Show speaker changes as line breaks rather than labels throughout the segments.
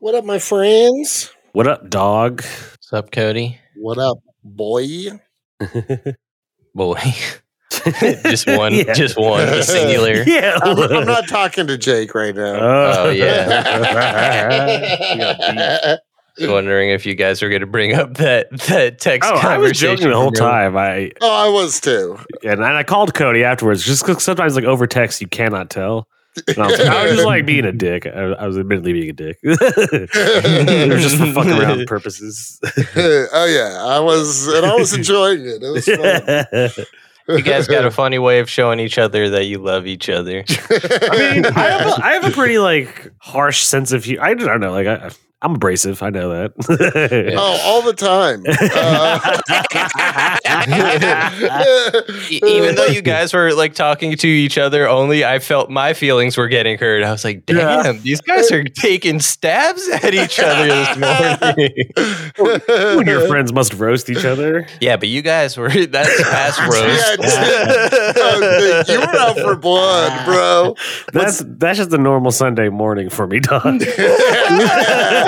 What up, my friends?
What up, dog?
What's up, Cody?
What up, boy?
Boy, just one,
Yeah.
just one, the singular.
Yeah.
I'm, I'm not talking to Jake right now.
Oh,
Oh, yeah.
yeah.
Just Wondering if you guys were going to bring up that that text.
Oh, I was
conversation
joking the whole
from earlier.
time. I
oh, I was too.
and, and I called Cody afterwards just because sometimes like over text you cannot tell. And I, was, I was just like being a dick. I, I was admittedly being a dick. it was just for fucking around purposes.
oh yeah, I was, and I was enjoying it. It was fun.
I
You guys got a funny way of showing each other that you love each other.
mean, I have, a, I have a pretty like harsh sense of humor. I don't know. Like I, I'm abrasive. I know that.
oh, all the time. Uh,
E- Even though you guys were like talking to each other only, I felt my feelings were getting hurt. I was like, damn,
Yeah.
these guys are taking stabs at each other this morning.
when your friends must roast each other.
yeah, but you guys were that's ass roast.
Oh, dude, you were out for blood, bro.
That's that's just a normal Sunday morning for me, Don.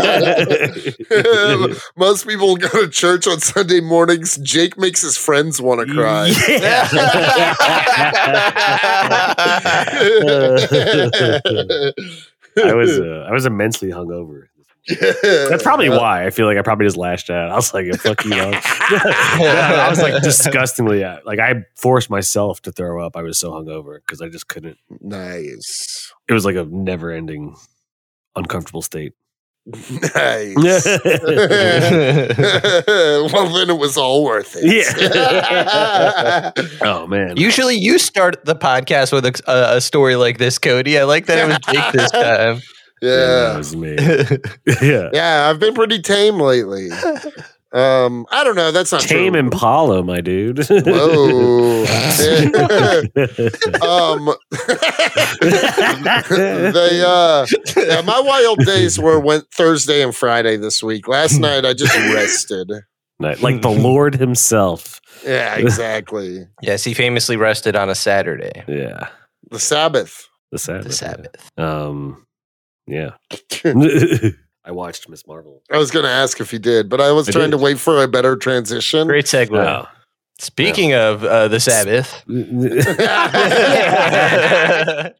Most people go to church on Sunday mornings. Jake makes his friends want to cry.
Yeah. I was uh, I was immensely hungover. That's probably
Uh,
why I feel like I probably just lashed out. I was like, "Fuck you!" Dog. I was like disgustingly uh, like I forced myself to throw up. I was so hungover because I just couldn't.
nice.
It was like a never-ending uncomfortable state.
Nice. well, then it was all worth it.
Yeah. oh man,
Usually you start the podcast with a, a, a story like this, Cody. I like that it was Jake this time.
that
yeah.
was me. yeah,
Yeah, I've been pretty tame lately. Um, I don't know. That's not
tame
true.
Impala, my dude.
Whoa. um, they, uh, yeah, my wild days were went Thursday and Friday this week. Last night I just rested.
Like like the Lord Himself.
Yeah, exactly.
yes, he famously rested on a Saturday.
Yeah,
The Sabbath.
the Sabbath.
The Sabbath.
Um, yeah. I watched Miss Marvel.
I was going to ask if you did, but I was
I
trying
did.
to wait for a better transition.
Great segue.
Wow.
Speaking of uh, the Sabbath.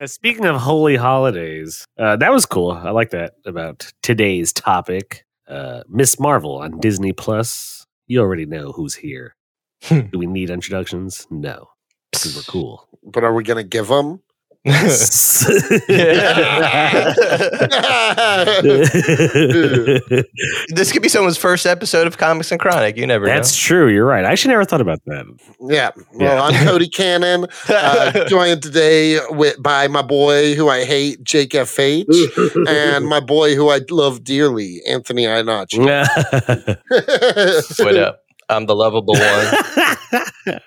Uh, Speaking of holy holidays, uh, that was cool. I like that about today's topic. Uh, Miss Marvel on Disney Plus. You already know who's here. Do we need introductions? No, because we're cool.
But are we going to give them?
this could be someone's first episode of Comics and Chronic. You never
That's true. You're right. I actually never thought about that.
yeah. Well,
Yeah.
I'm Cody Cannon,
know.
uh, joined today with, by my boy who I hate, Jake FH. and my boy who I love dearly, Anthony Iannacci.
what up? I'm the lovable one.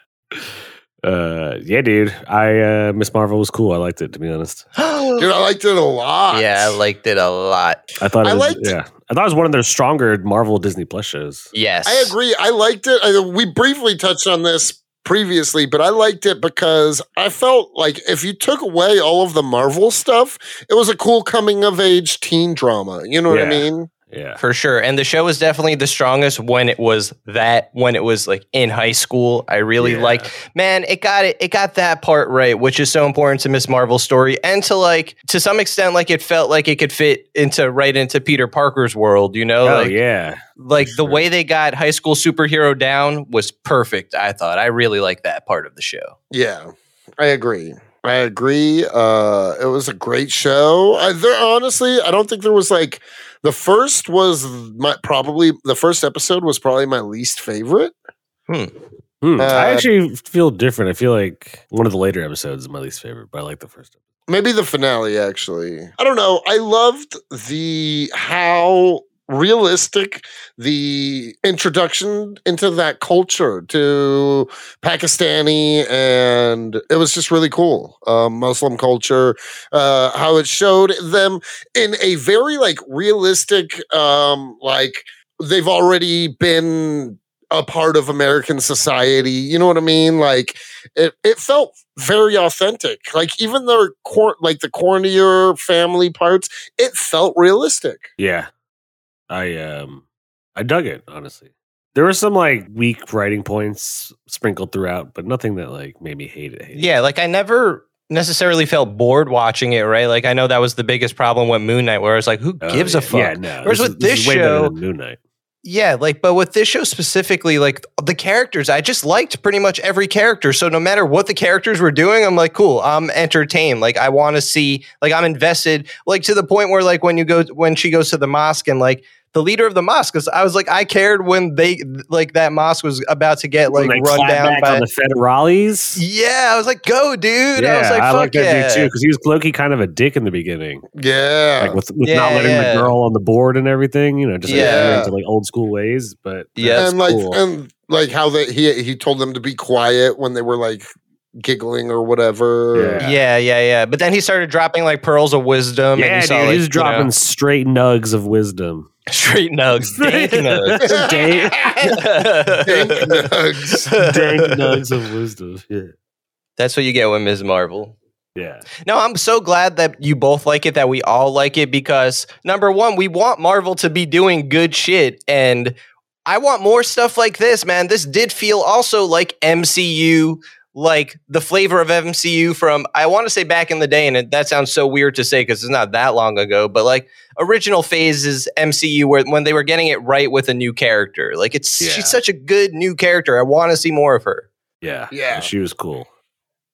uh, yeah, dude. I uh, Miss Marvel was cool. I liked it. To be honest,
Dude, I liked it a lot.
yeah, I liked it a lot.
I thought it
I
was,
liked-
yeah. I thought it was one of their stronger Marvel Disney Plus shows.
Yes.
I agree. I liked it. I, we briefly touched on this previously, but I liked it because I felt like if you took away all of the Marvel stuff, it was a cool coming of age teen drama. You know what I
Yeah.
mean?
Yeah,
For sure. And the show was definitely the strongest when it was that, when it was like in high school. I really
Yeah.
like, man, it got it, it got that part right, which is so important to Miss Marvel's story. And to like to some extent, like it felt like it could fit into right into Peter Parker's world, you know?
oh
like
yeah,
like the
sure.
way they got high school superhero down was perfect, I thought. I really like that part of the show.
Yeah, I agree. I agree. Uh, it was a great show. I, there, honestly, I don't think there was like the first was my probably the first episode was probably my least favorite.
Hmm.
Hmm. I
Uh,
actually feel different. I feel like one of the later episodes is my least favorite, but I like the first one.
maybe the finale actually i don't know i loved the how realistic the introduction into that culture to pakistani and it was just really cool um, muslim culture uh, how it showed them in a very like realistic um, like they've already been a part of american society you know what i mean like it, it felt very authentic. Like even their cor- like the cornier family parts, it felt realistic.
Yeah. I um I dug it, honestly. There were some like weak writing points sprinkled throughout, but nothing that like made me hate it. hate it.
Yeah, like I never necessarily felt bored watching it, right? Like I know that was the biggest problem with Moon Knight, where I was like, who
Oh,
gives
yeah.
a fuck?
Yeah,
Yeah.
no.
Whereas
is-
with
is
this
way better
show-
than Moon Knight.
like, but with this show specifically, like the characters, I just liked pretty much every character. So no matter what the characters were doing, I'm like, cool, I'm entertained. Like I want to see, like I'm invested, like to the point where, like when you go, when she goes to the mosque and like the leader of the mosque, because I was like, I cared when they, like that mosque was about to get like
When they
run
clap
down
back
by.
on the federales.
yeah, I was like, go, dude. I was like, fuck yeah.
dude too because he was Loki kind of a dick in the beginning,
Yeah.
like with, with not
Yeah,
letting
yeah.
the girl on the board and everything. You know, just like,
Yeah.
into like old school ways. But
Yeah,
that's
and like
cool.
and like how they he he told them to be quiet when they were like giggling or whatever.
Yeah.
Yeah, yeah, yeah. But then he started dropping like pearls of wisdom. and
yeah,
you
dude,
saw, like,
he's
you
dropping
know,
straight nugs of wisdom.
straight nugs, dank nugs.
dank,
Dank nugs.
dank nugs of wisdom. Yeah.
That's what you get with Ms. Marvel.
yeah.
No, I'm so glad that you both like it, that we all like it, because number one, we want Marvel to be doing good shit. And I want more stuff like this, man. This did feel also like MCU, like the flavor of MCU from, I want to say back in the day, and it, that sounds so weird to say because it's not that long ago, but like original phases MCU where when they were getting it right with a new character. Like it's,
Yeah.
she's such a good new character. I want to see more of her.
Yeah.
Yeah.
She was cool.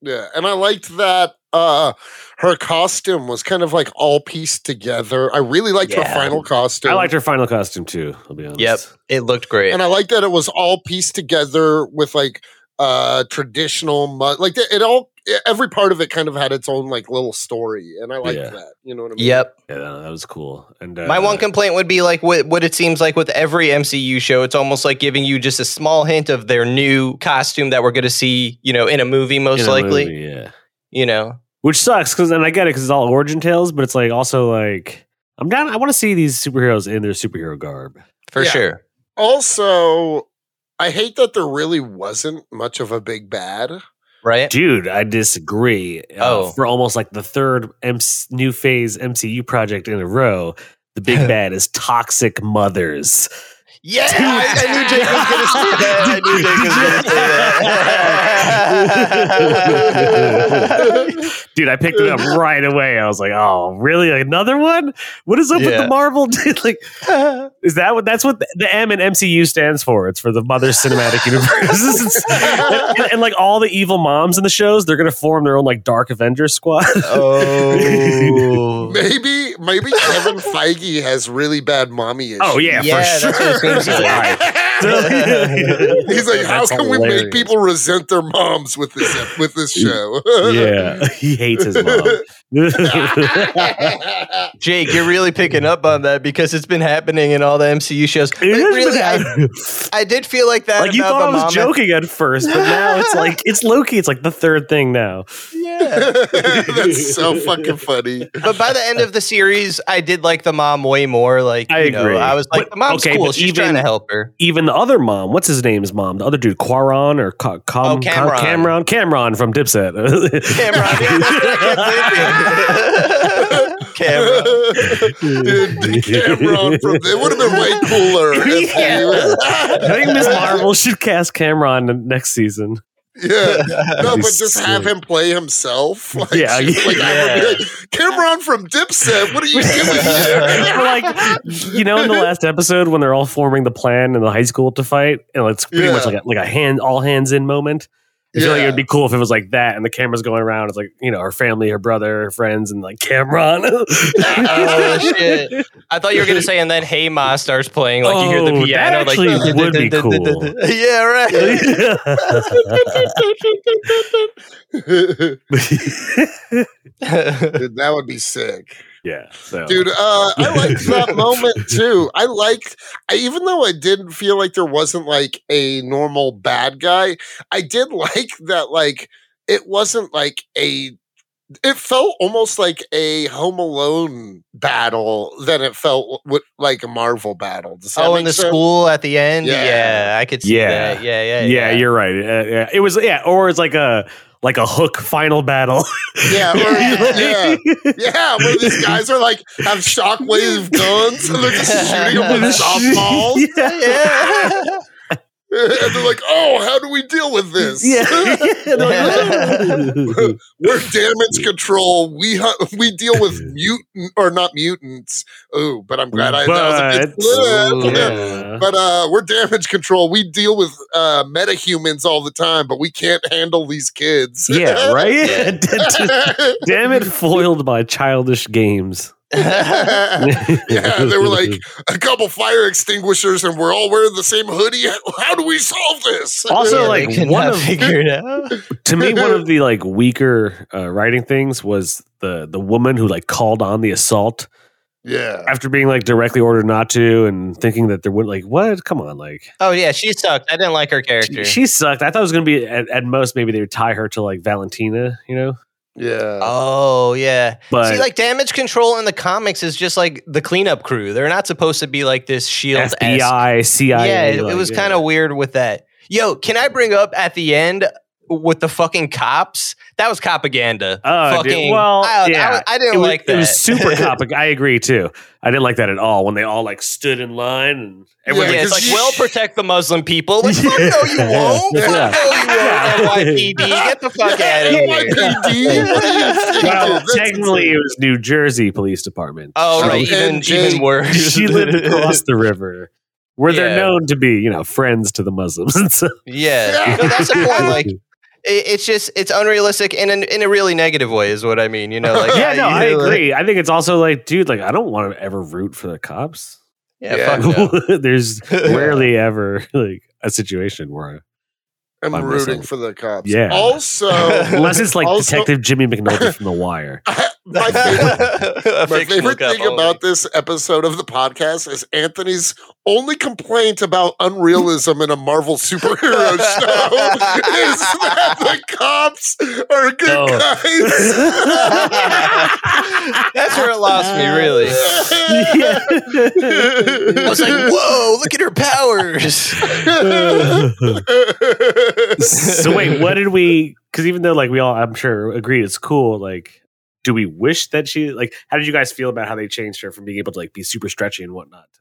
Yeah, and I liked that uh her costume was kind of like all pieced together. I really liked her
Yeah.
final costume.
I liked her final costume too, I'll be honest.
Yep. It looked great.
and I like that it was all pieced together with like uh traditional mu- like it it all e, every part of it kind of had its own like little story and I liked
Yeah.
that you know what I mean
Yep.
Yeah, no, that was cool. And uh,
My one complaint would be like what, what it seems like with every MCU show. It's almost like giving you just a small hint of their new costume that we're going to see, you know, in a movie, most
in a
likely.
movie, yeah.
You know,
which sucks because and I get it because it's all origin tales, but it's like also like I'm down. I want to see these superheroes in their superhero garb.
for
Yeah.
sure.
also I hate that there really wasn't much of a big bad
Right?
Dude, I disagree. Uh,
Oh.
for almost like the third MC, new phase MCU project in a row, the big bad is toxic mothers.
Yeah. I, I knew Jake was going to say that. I knew Jake was going to say that.
Dude, I picked it up right away. I was like, "Oh, really? Another one? What is up with
Yeah.
the Marvel? dude? like, is that what? That's what the, the M and MCU stands for. It's for the Mother Cinematic Universe. It's- and, and, and, like all the evil moms in the shows, they're gonna form their own like Dark Avengers squad.
oh.
maybe maybe Kevin Feige has really bad mommy issues
oh yeah,
Yeah, that's
for
what it
sure.
seems like.
he's like how
That's
can we make
hilarious.
people resent their moms with this ep- with this show
yeah, he hates his mom.
Jake, you're really picking up on that because it's been happening in all the MCU shows. But really, I, I did feel like that.
like you
about
thought I
the
was
mom and-
joking at first, but now it's like it's Loki. It's like the third thing now.
Yeah.
that's so fucking funny
but by the end of the series, I did like the mom way more. Like
I
you know,
agree.
I was like,
But-
the mom's
okay,
cool.
but
She's
even-
trying to help her.
Even the other mom, what's his name's mom? The other dude, Quaron or Ca- Com-
Oh, Cameron.
Com- Cameron, Cameron from Dipset.
Cameron, Cameron.
Dude, Cameron from it would have been way cooler. If
I think Miss Marvel should cast Cameron next season.
you, yeah. No,
That'd be
but just have
sick.
him play himself. Like,
Yeah,
just like, I would be
yeah.
like, Cameron from Dipset. What are you doing
Or,
here?
like you know, in the last episode when they're all forming the plan in the high school to fight, and it's pretty
Yeah.
much like a, like a hand all hands in moment. I feel like it
Yeah.
would be cool if it was like that, and the camera's going around. It's like you know her family, her brother, her friends, and like Cameron.
Oh, shit. I thought you were gonna say, and then Hey Ma starts playing, like you hear
Oh,
the
that
piano,
actually
like
would be cool.
yeah, right.
Dude, that would be sick.
yeah, so
Dude, uh, I liked that moment too. I liked, I, even though I didn't feel like there wasn't like a normal bad guy, I did like that, like, it wasn't like a, it felt almost like a Home Alone battle than it felt with, like a Marvel battle. Does that
Oh,
make
in the
sense?
school at the end.
Yeah.
Yeah, I could see
Yeah.
that. Yeah, yeah,
yeah,
yeah.
you're right. Uh, yeah. It was yeah, or it's like a like a hook final battle.
Yeah, or-
yeah.
Yeah, where these guys are like have shockwave guns and they're just shooting them with softballs.
yeah.
and they're like, oh, how do we deal with this?
Yeah.
We're damage control. We hunt, we deal with mutant or not mutants. Oh, but I'm glad I that was a
But-
good slip. But uh, we're damage control. We deal with uh, metahumans all the time, but we can't handle these kids.
yeah, right.
yeah,
Damn it, foiled by childish games.
they were like a couple fire extinguishers, and we're all wearing the same hoodie. How do we solve this?
Also,
They
like,
could
one
not
of-
figure it out.
to me one of the like weaker uh, writing things was the the woman who like called on the assault
yeah.
after being like directly ordered not to and thinking that there would like what come on like
Oh yeah, she sucked. I didn't like her character.
she, she sucked i thought it was gonna be at, at most maybe they would tie her to like valentina you know
Yeah.
oh yeah.
but
See, like damage control in the comics is just like the cleanup crew. They're not supposed to be like this shield.
fbi
Yeah,
cia
it,
like,
it was
yeah.
kind of weird with that. Yo, can I bring up at the end with the fucking cops? That was propaganda.
Oh, dude.
fucking.
Well,
I, I-
yeah.
I, didn't
it was,
like that.
it was super comic. I agree too. I didn't like that at all when they all like stood in line and everyone
yeah,
was
it's
like,
like,
Because-
well, protect the Muslim people. Like, fuck no, you won't. Fuck
Yeah.
no, you won't. NYPD, get the fuck out of here.
NYPD, what are you
well,
thinking? That's
technically it was New Jersey Police Department.
Oh, right,
She-
even,
NJ.
even worse.
she lived across the river where they're
Yeah.
known to be you know friends to the muslims and so
yeah, no, that's the point. Like, it, it's just it's unrealistic in an, in a really negative way, is what I mean. You know, like
yeah no i
you-
agree i think it's also like dude like i don't want to ever root for the cops
yeah,
Yeah.
fuck no.
there's rarely ever like a situation where
I'm
By
rooting
myself.
for the cops.
Yeah.
Also,
unless it's like
Also-
detective jimmy mcnulty from the wire
my favorite,
A
my
fictional
favorite
cup
thing
only.
about this episode of the podcast is Anthony's only complaint about unrealism in a Marvel superhero show is that the cops are good
No.
guys.
That's where it lost me, really. I was like, whoa, look at her powers.
so wait what did we because even though like we all i'm sure agree it's cool like do we wish that she like how did you guys feel about how they changed her from being able to like be super stretchy and whatnot to,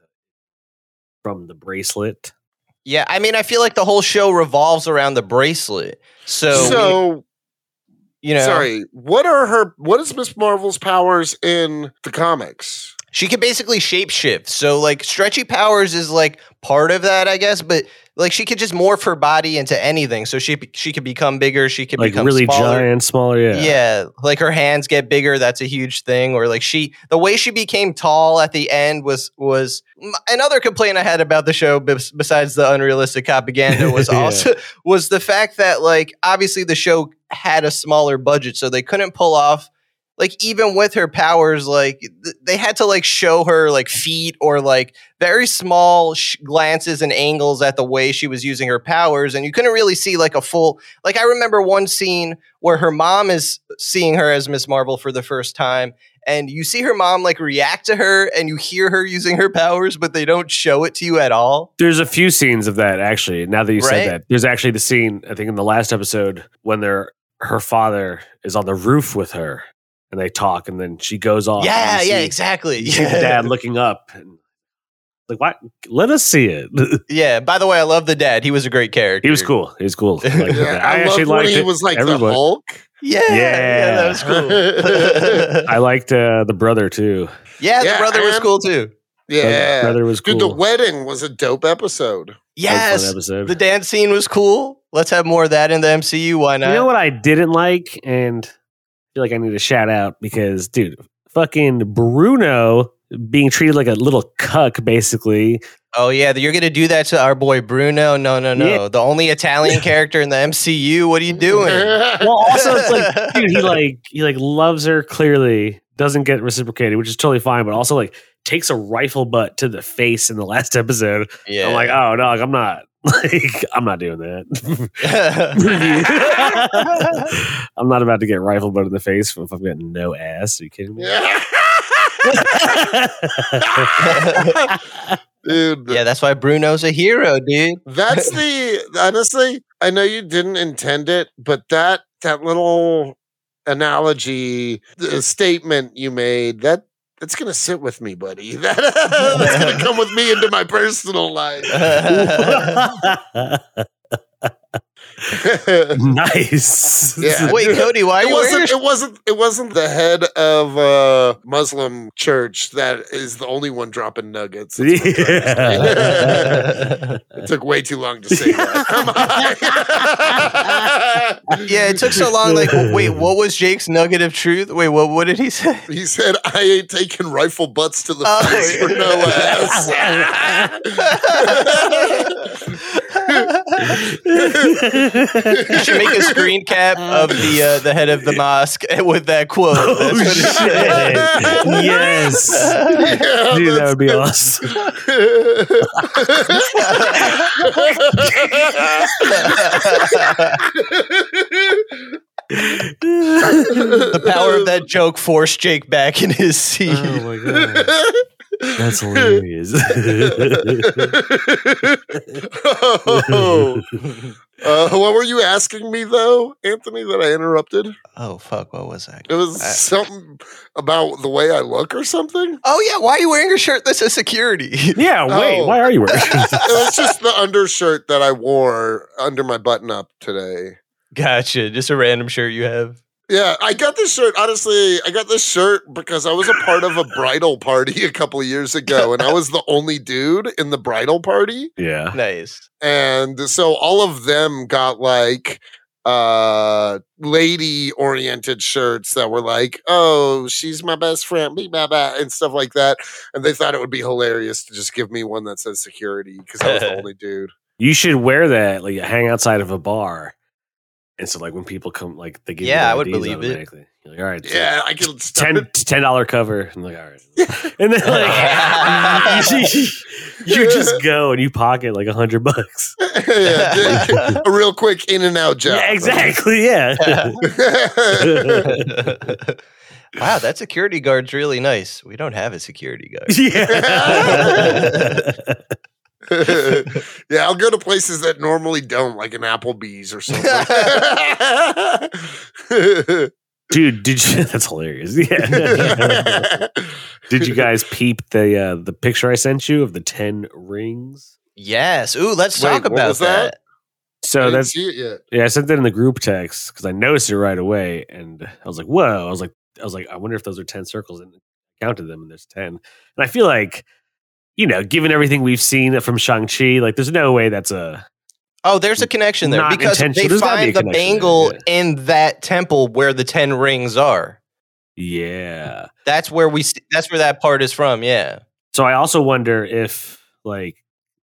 from the bracelet
yeah, I mean, I feel like the whole show revolves around the bracelet. So,
so
you know,
sorry. What are her? What is Miss Marvel's powers in the comics?
she can basically shapeshift. So, like, stretchy powers is like part of that, I guess, but like she could just morph her body into anything. So she she could become bigger, she could
like
become
really
smaller.
giant smaller yeah
Yeah. like her hands get bigger. That's a huge thing. Or like she, the way she became tall at the end was was m- another complaint I had about the show. bes- Besides the unrealistic propaganda, was
Yeah.
also was the fact that like obviously the show had a smaller budget, so they couldn't pull off like even with her powers, like th- they had to like show her like feet or like very small sh- glances and angles at the way she was using her powers, and you couldn't really see like a full. Like I remember one scene where her mom is seeing her as Miss Marvel for the first time. And you see her mom like react to her and you hear her using her powers, but they don't show it to you at all.
There's a few scenes of that actually. Now that you
Right?
said that, there's actually the scene I think in the last episode when they're her father is on the roof with her and they talk, and then she goes off.
yeah,
and you
yeah,
see-
exactly.
You see the
Yeah.
dad looking up and like, "What? Let us see it."
yeah. By the way, I love the dad. He was a great character.
he was cool. He was cool. I liked that.
I, love when he was like
Everybody-
the Hulk.
Yeah. Yeah,
Yeah.
that was cool.
I liked uh, the brother too.
yeah,
Yeah,
the brother
I
was
rem-
cool too.
Yeah.
brother was cool.
Dude, the wedding was a dope episode.
That was a fun
Yes,
episode.
the dance scene was cool. Let's have more of that in the MCU. Why not?
You know what I didn't like, and I feel like I need a shout out because, dude, fucking Bruno being treated like a little cuck, basically.
Oh yeah, you're gonna do that to our boy Bruno? No, no, no. The only Italian character in the MCU. What are you doing?
Well, also it's like, dude, he like he like loves her clearly, doesn't get reciprocated, which is totally fine, but also like takes a rifle butt to the face in the last episode.
Yeah.
I'm like, oh dog, I'm not. Like, I'm not doing that. I'm not about to get rifle butt in the face if I've got no ass. Are you kidding me?
Dude,
yeah, that's why Bruno's a hero, dude.
that's the honestly, I know you didn't intend it, but that that little analogy the statement you made, that that's gonna sit with me, buddy. That, that's gonna come with me into my personal life. it
nice.
Yeah.
Wait, Cody, why are you wearing your
wasn't it wasn't it wasn't the head of a Muslim church that is the only one dropping nuggets. That's what I'm trying to say. It took way too long to say that. Come on.
yeah, it took so long. Like, wait, what was Jake's nugget of truth? Wait, what? What did he say?
He said, I ain't taking rifle butts to the
Oh,
face for no ass.
You should make a screen cap of the uh, the head of the mosque with that quote.
Oh,
That's what
shit.
it
yes.
Yeah,
Dude, that
that's-
would be awesome.
the power of that joke forced Jake back in his seat.
oh my god. That's hilarious.
oh. Uh, what were you asking me though, Anthony? That I interrupted.
oh fuck, what was that?
It was
I-
something about the way I look or something.
Oh yeah, why are you wearing a shirt that says security?
yeah, wait,
Oh.
why are you wearing
it was just the undershirt that I wore under my button up today.
gotcha, just a random shirt you have.
Yeah, I got this shirt. Honestly, I got this shirt because I was a part of a bridal party a couple of years ago, and I was the only dude in the bridal party.
Yeah.
Nice.
And so all of them got like uh lady oriented shirts that were like, oh, she's my best friend, blah, blah, blah, and stuff like that. And they thought it would be hilarious to just give me one that says security because I was the only dude.
You should wear that, like hang outside of a bar. And so like when people come like they give you
Yeah,
their
I would
IDs
believe it.
automatically. You're like, all right, yeah.
Yeah, I can stop
ten
it.
ten dollar cover. I'm like, all right. And then like you, you just go and you pocket like a hundred bucks.
yeah, a real quick in and out job.
Yeah, exactly. Yeah.
exactly.
wow, that security guard's really nice. We don't have a security guard.
yeah.
yeah, I'll go to places that normally don't, like an Applebee's or something.
Dude, did you that's hilarious. Yeah. did you guys peep the uh the picture I sent you of the 10 rings?
Yes. Ooh, let's
Wait,
talk
what
about
was that?
that.
I
So
didn't
that's
see it yet.
yeah, I sent that in the group text because I noticed it right away and I was like, whoa. I was like, I was like, I wonder if those are 10 circles and counted them and there's 10. And I feel like, you know, given everything we've seen from Shang-Chi, like there's no way that's a
Oh, there's a connection there
Not
because
intentional.
they
There's gotta be a
find the
connection there,
bangle
yeah.
in that temple where the ten rings are.
yeah.
That's where we. s- That's where that part is from. Yeah.
So I also wonder if like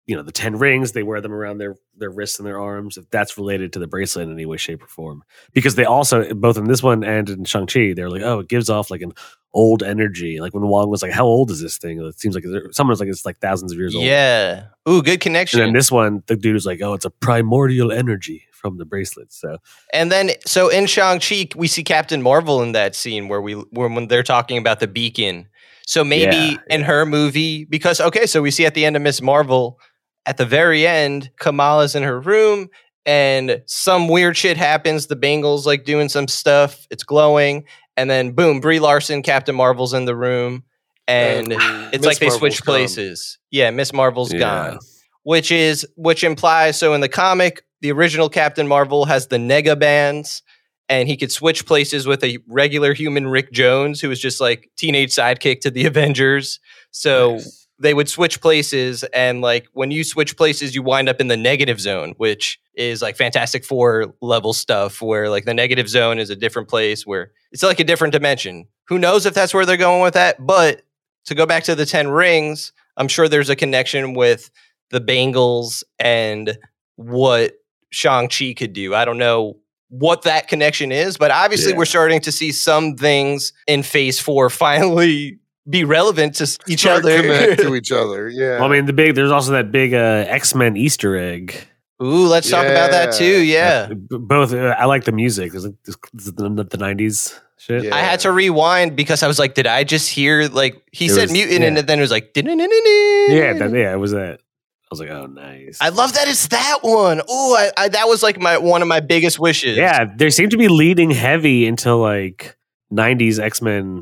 you know the ten rings they wear them around their their wrists and their arms if that's related to the bracelet in any way shape or form because they also both in this one and in Shang-Chi they're like oh it gives off like an old energy like when Wong was like how old is this thing it seems like there- someone was like it's like thousands of years old
Yeah. Ooh, good
and
connection.
then this one the dude was like oh it's a primordial energy from the bracelet so
And then, so in Shang Chi, we see Captain Marvel in that scene where we when, when they're talking about the beacon. So maybe
Yeah,
in her movie, because okay, so we see at the end of Miss Marvel, at the very end, Kamala's in her room, and some weird shit happens. The Bengals like doing some stuff. It's glowing, and then boom, Brie Larson, Captain Marvel's in the room, and it's
Miss
like they
Marvel's
switch
gone.
places. Yeah, Miss Marvel's
Yeah.
gone which is which implies so in the comic the original captain marvel has the nega bands and he could switch places with a regular human rick jones who was just like teenage sidekick to the avengers so they would switch places and like when you switch places you wind up in the negative zone which is like fantastic four level stuff where like the negative zone is a different place where it's like a different dimension who knows if that's where they're going with that but to go back to the 10 rings i'm sure there's a connection with the bengals and what shang-chi could do i don't know what that connection is but obviously
Yeah.
we're starting to see some things in phase four finally be relevant to s- each
Start
other
connect to each other. Yeah.
Well, I mean, the big there's also that big uh, X Men Easter egg.
Ooh, let's talk about that too.
Uh,
Yeah.
b- both. Uh, I like the music. Is it- is it the, the '90s shit?
Yeah.
I had to rewind because I was like, did I just hear like he
It
said
was-
mutant
yeah.
and then it was like
Yeah,
yeah,
that, yeah, it was that. I was like, oh, nice.
I love that it's that one. Ooh, I, I that was like my one of my biggest wishes.
Yeah, they seem to be leading heavy into like '90s X Men.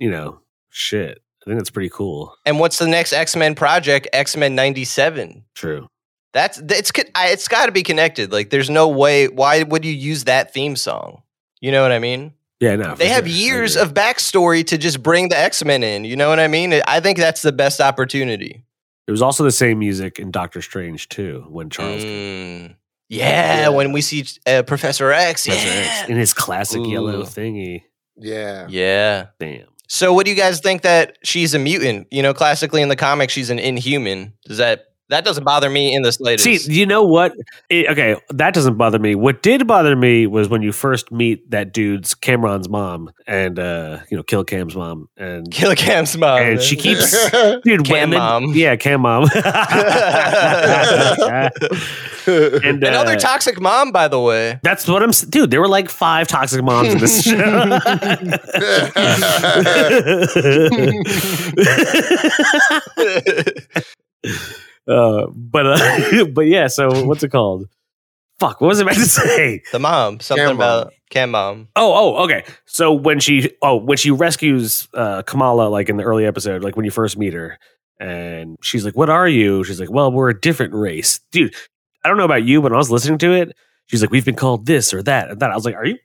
You know, shit. I think that's pretty cool.
And what's the next X Men project? X Men '97.
True.
That's th- it's co- I- it's got to be connected. Like, there's no way. Why would you use that theme song? You know what I mean?
Yeah, no.
They
for
have
sure. I
years
agree.
of backstory to just bring the X Men in. You know what I mean? I think that's the best opportunity.
It was also the same music in Doctor Strange too when Charles came.
Mm. Yeah,
Yeah.
when we see uh, Professor X.
Professor
yeah.
X in his classic yellow
Ooh.
thingy.
yeah.
Yeah.
Damn.
So, what do you guys think that she's a mutant? You know, classically in the comic, she's an inhuman. Does that that doesn't bother me in the slightest?
See, you know what? It- okay, that doesn't bother me. What did bother me was when you first meet that dude's Cameron's mom and uh, you know, Kill Cam's mom and
Kill Cam's mom.
And she keeps- dude
Cam
women-
mom.
Yeah, Cam mom. and uh,
another toxic mom, by the way.
That's what I'm, s- dude. There were like five toxic moms in this show. uh, but uh, but yeah. So what's it called? Fuck. What was I meant to say?
The mom, something
Cam mom.
about Cam mom.
Oh, oh, okay. So when she, oh, when she rescues uh, Kamala, like in the early episode, like when you first meet her, and she's like, "What are you?" She's like, "Well, we're a different race, dude." I don't know about you, but when I was listening to it, she's like, "We've been called this or that and that." I was like, "Are you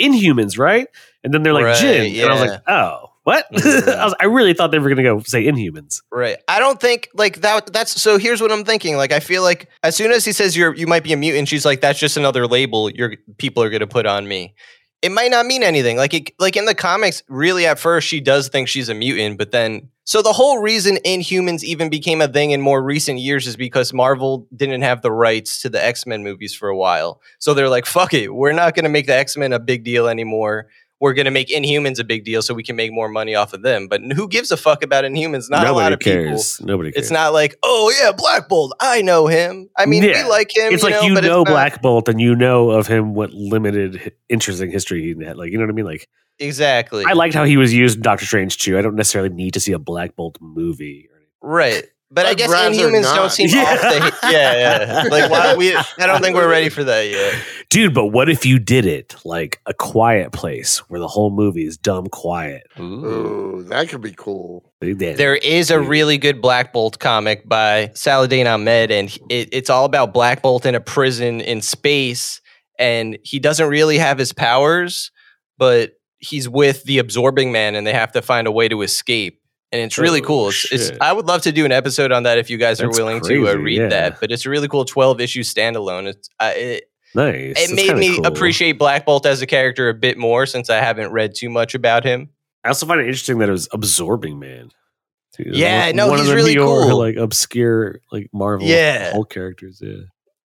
Inhumans, right?" And then they're like,
Right,
"Jin," and I was
yeah.
like, "Oh, what?"
Mhm.
I, was, I really thought they were gonna go say Inhumans.
Right. I don't think like that. That's so. Here's what I'm thinking. Like, I feel like as soon as he says you're you might be a mutant, she's like, that's just another label your people are gonna put on me. It might not mean anything. Like, it, like in the comics, really at first she does think she's a mutant, but then so the whole reason Inhumans even became a thing in more recent years is because Marvel didn't have the rights to the X Men movies for a while. So they're like, fuck it, we're not gonna make the X Men a big deal anymore. We're gonna make Inhumans a big deal so we can make more money off of them. But who gives a fuck about Inhumans? Not a lot of people.
Nobody cares.
It's not like, oh yeah, Black Bolt. I know him. I mean,
Yeah.
we like him.
It's
you
like
know,
you
but it's
know
not-
Black Bolt and you know of him what limited hi- interesting history he had. Like you know what I mean? Like
Exactly.
I liked how he was used in Doctor Strange too. I don't necessarily need to see a Black Bolt movie.
right. But i
I'd
guess
rather
Inhumans
not.
don't seem
Yeah.
off. The, yeah, yeah. Like why we? I don't think we're ready for that yet.
Dude, but what if you did it like a quiet place where the whole movie is dumb quiet?
Ooh, that could be cool.
They did.
There is
Mm.
a really good Black Bolt comic by Saladin Ahmed, and he- it, it's all about Black Bolt in a prison in space, and he doesn't really have his powers, but he's with the Absorbing Man, and they have to find a way to escape. And it's really
Oh,
cool. It's, it's
shit.
I would love to do an episode on that if you guys are
That's
willing to uh,
crazy,
read
yeah.
that. But it's a really cool twelve issue standalone. It's uh, it,
nice.
it
That's
made
kinda
me
cool.
appreciate Black Bolt as a character a bit more since I haven't read too much about him.
I also find it interesting that it was absorbing man. Dude,
Yeah, no,
one
he's
of the
really
more,
cool.
Like obscure, like Marvel,
Yeah.
Hulk characters. Yeah,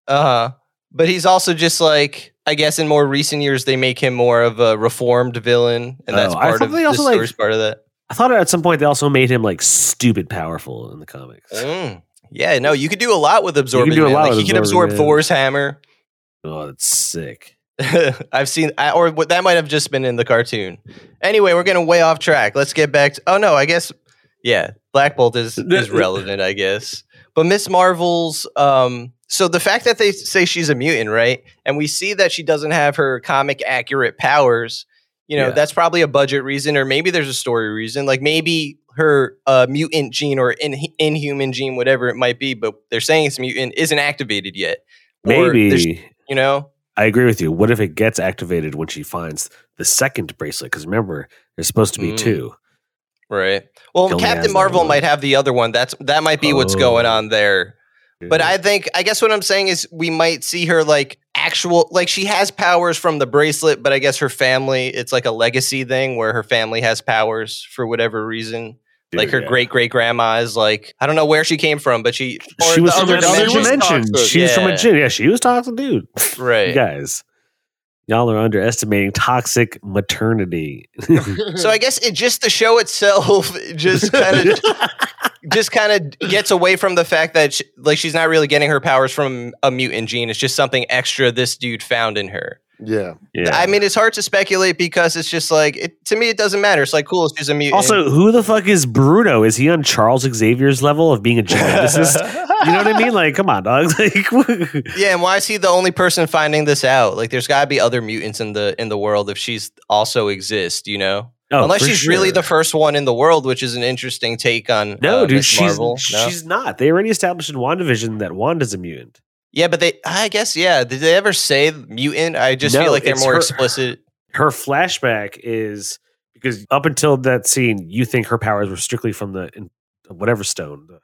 Uh huh. But he's also just like I guess in more recent years they make him more of a reformed villain, and that's
Oh, I
part
thought
of
they
the
also, like-
story's part of that.
I thought at some point they also made him like stupid powerful in the comics.
Mm. Yeah, no, you could do a lot with absorbing.
do a
Man.
lot
Like,
with
he can absorb
Absorbing Man.
Thor's hammer.
Oh, that's sick.
I've seen, I, or what that might have just been in the cartoon. Anyway, we're getting way off track. Let's get back to. Oh no, I guess. Yeah, Black Bolt is is relevant, I guess. But Miss Marvel's. Um, so the fact that they say she's a mutant, right? And we see that she doesn't have her comic accurate powers. You know,
Yeah.
that's probably a budget reason, or maybe there's a story reason. Like maybe her uh, mutant gene or in, inhuman gene, whatever it might be, but they're saying it's mutant isn't activated yet. Or there's-
Maybe
you know.
I agree with you. What if it gets activated when she finds the second bracelet? Because remember, there's supposed to be
Mm.
two.
Right. Well,
Kill me as
Captain
that
Marvel
one.
might have the other one. That's that might be what's
Oh.
going on there. But I think I guess what I'm saying is we might see her like actual like she has powers from the bracelet, but I guess her family it's like a legacy thing where her family has powers for whatever reason. like her great great grandma is like I don't know where she came from, but she or
she was
the
from
other
another
dimension.
dimension.
Toxic.
She was from
Yeah.
a gym. Yeah, she was toxic, dude. You
Right.
guys, y'all are underestimating toxic maternity.
So I guess it just the show itself just kind of just kind of gets away from the fact that she, like she's not really getting her powers from a mutant gene. It's just something extra this dude found in her.
yeah.
yeah.
I mean, it's hard to speculate because it's just like it, to me, it doesn't matter. It's like cool, if she's a mutant.
also, who the fuck is Bruno? Is he on Charles Xavier's level of being a geneticist? you know what I mean? Like, come on, dog. Like, oh,
yeah, and why is he the only person finding this out? Like, there's got to be other mutants in the in the world if she's also exist. You know,
Oh,
unless
for
she's really
sure.
the first one in the world, which is an interesting take on
No,
uh,
dude,
Ms.
she's
Marvel. No?
she's not. They already established in WandaVision that Wanda's a mutant.
Yeah, but they, I guess, yeah. Did they ever say mutant? I just
No,
feel like they're
it's
more
her-
explicit.
Her flashback is because up until that scene, you think her powers were strictly from the in, whatever stone, the,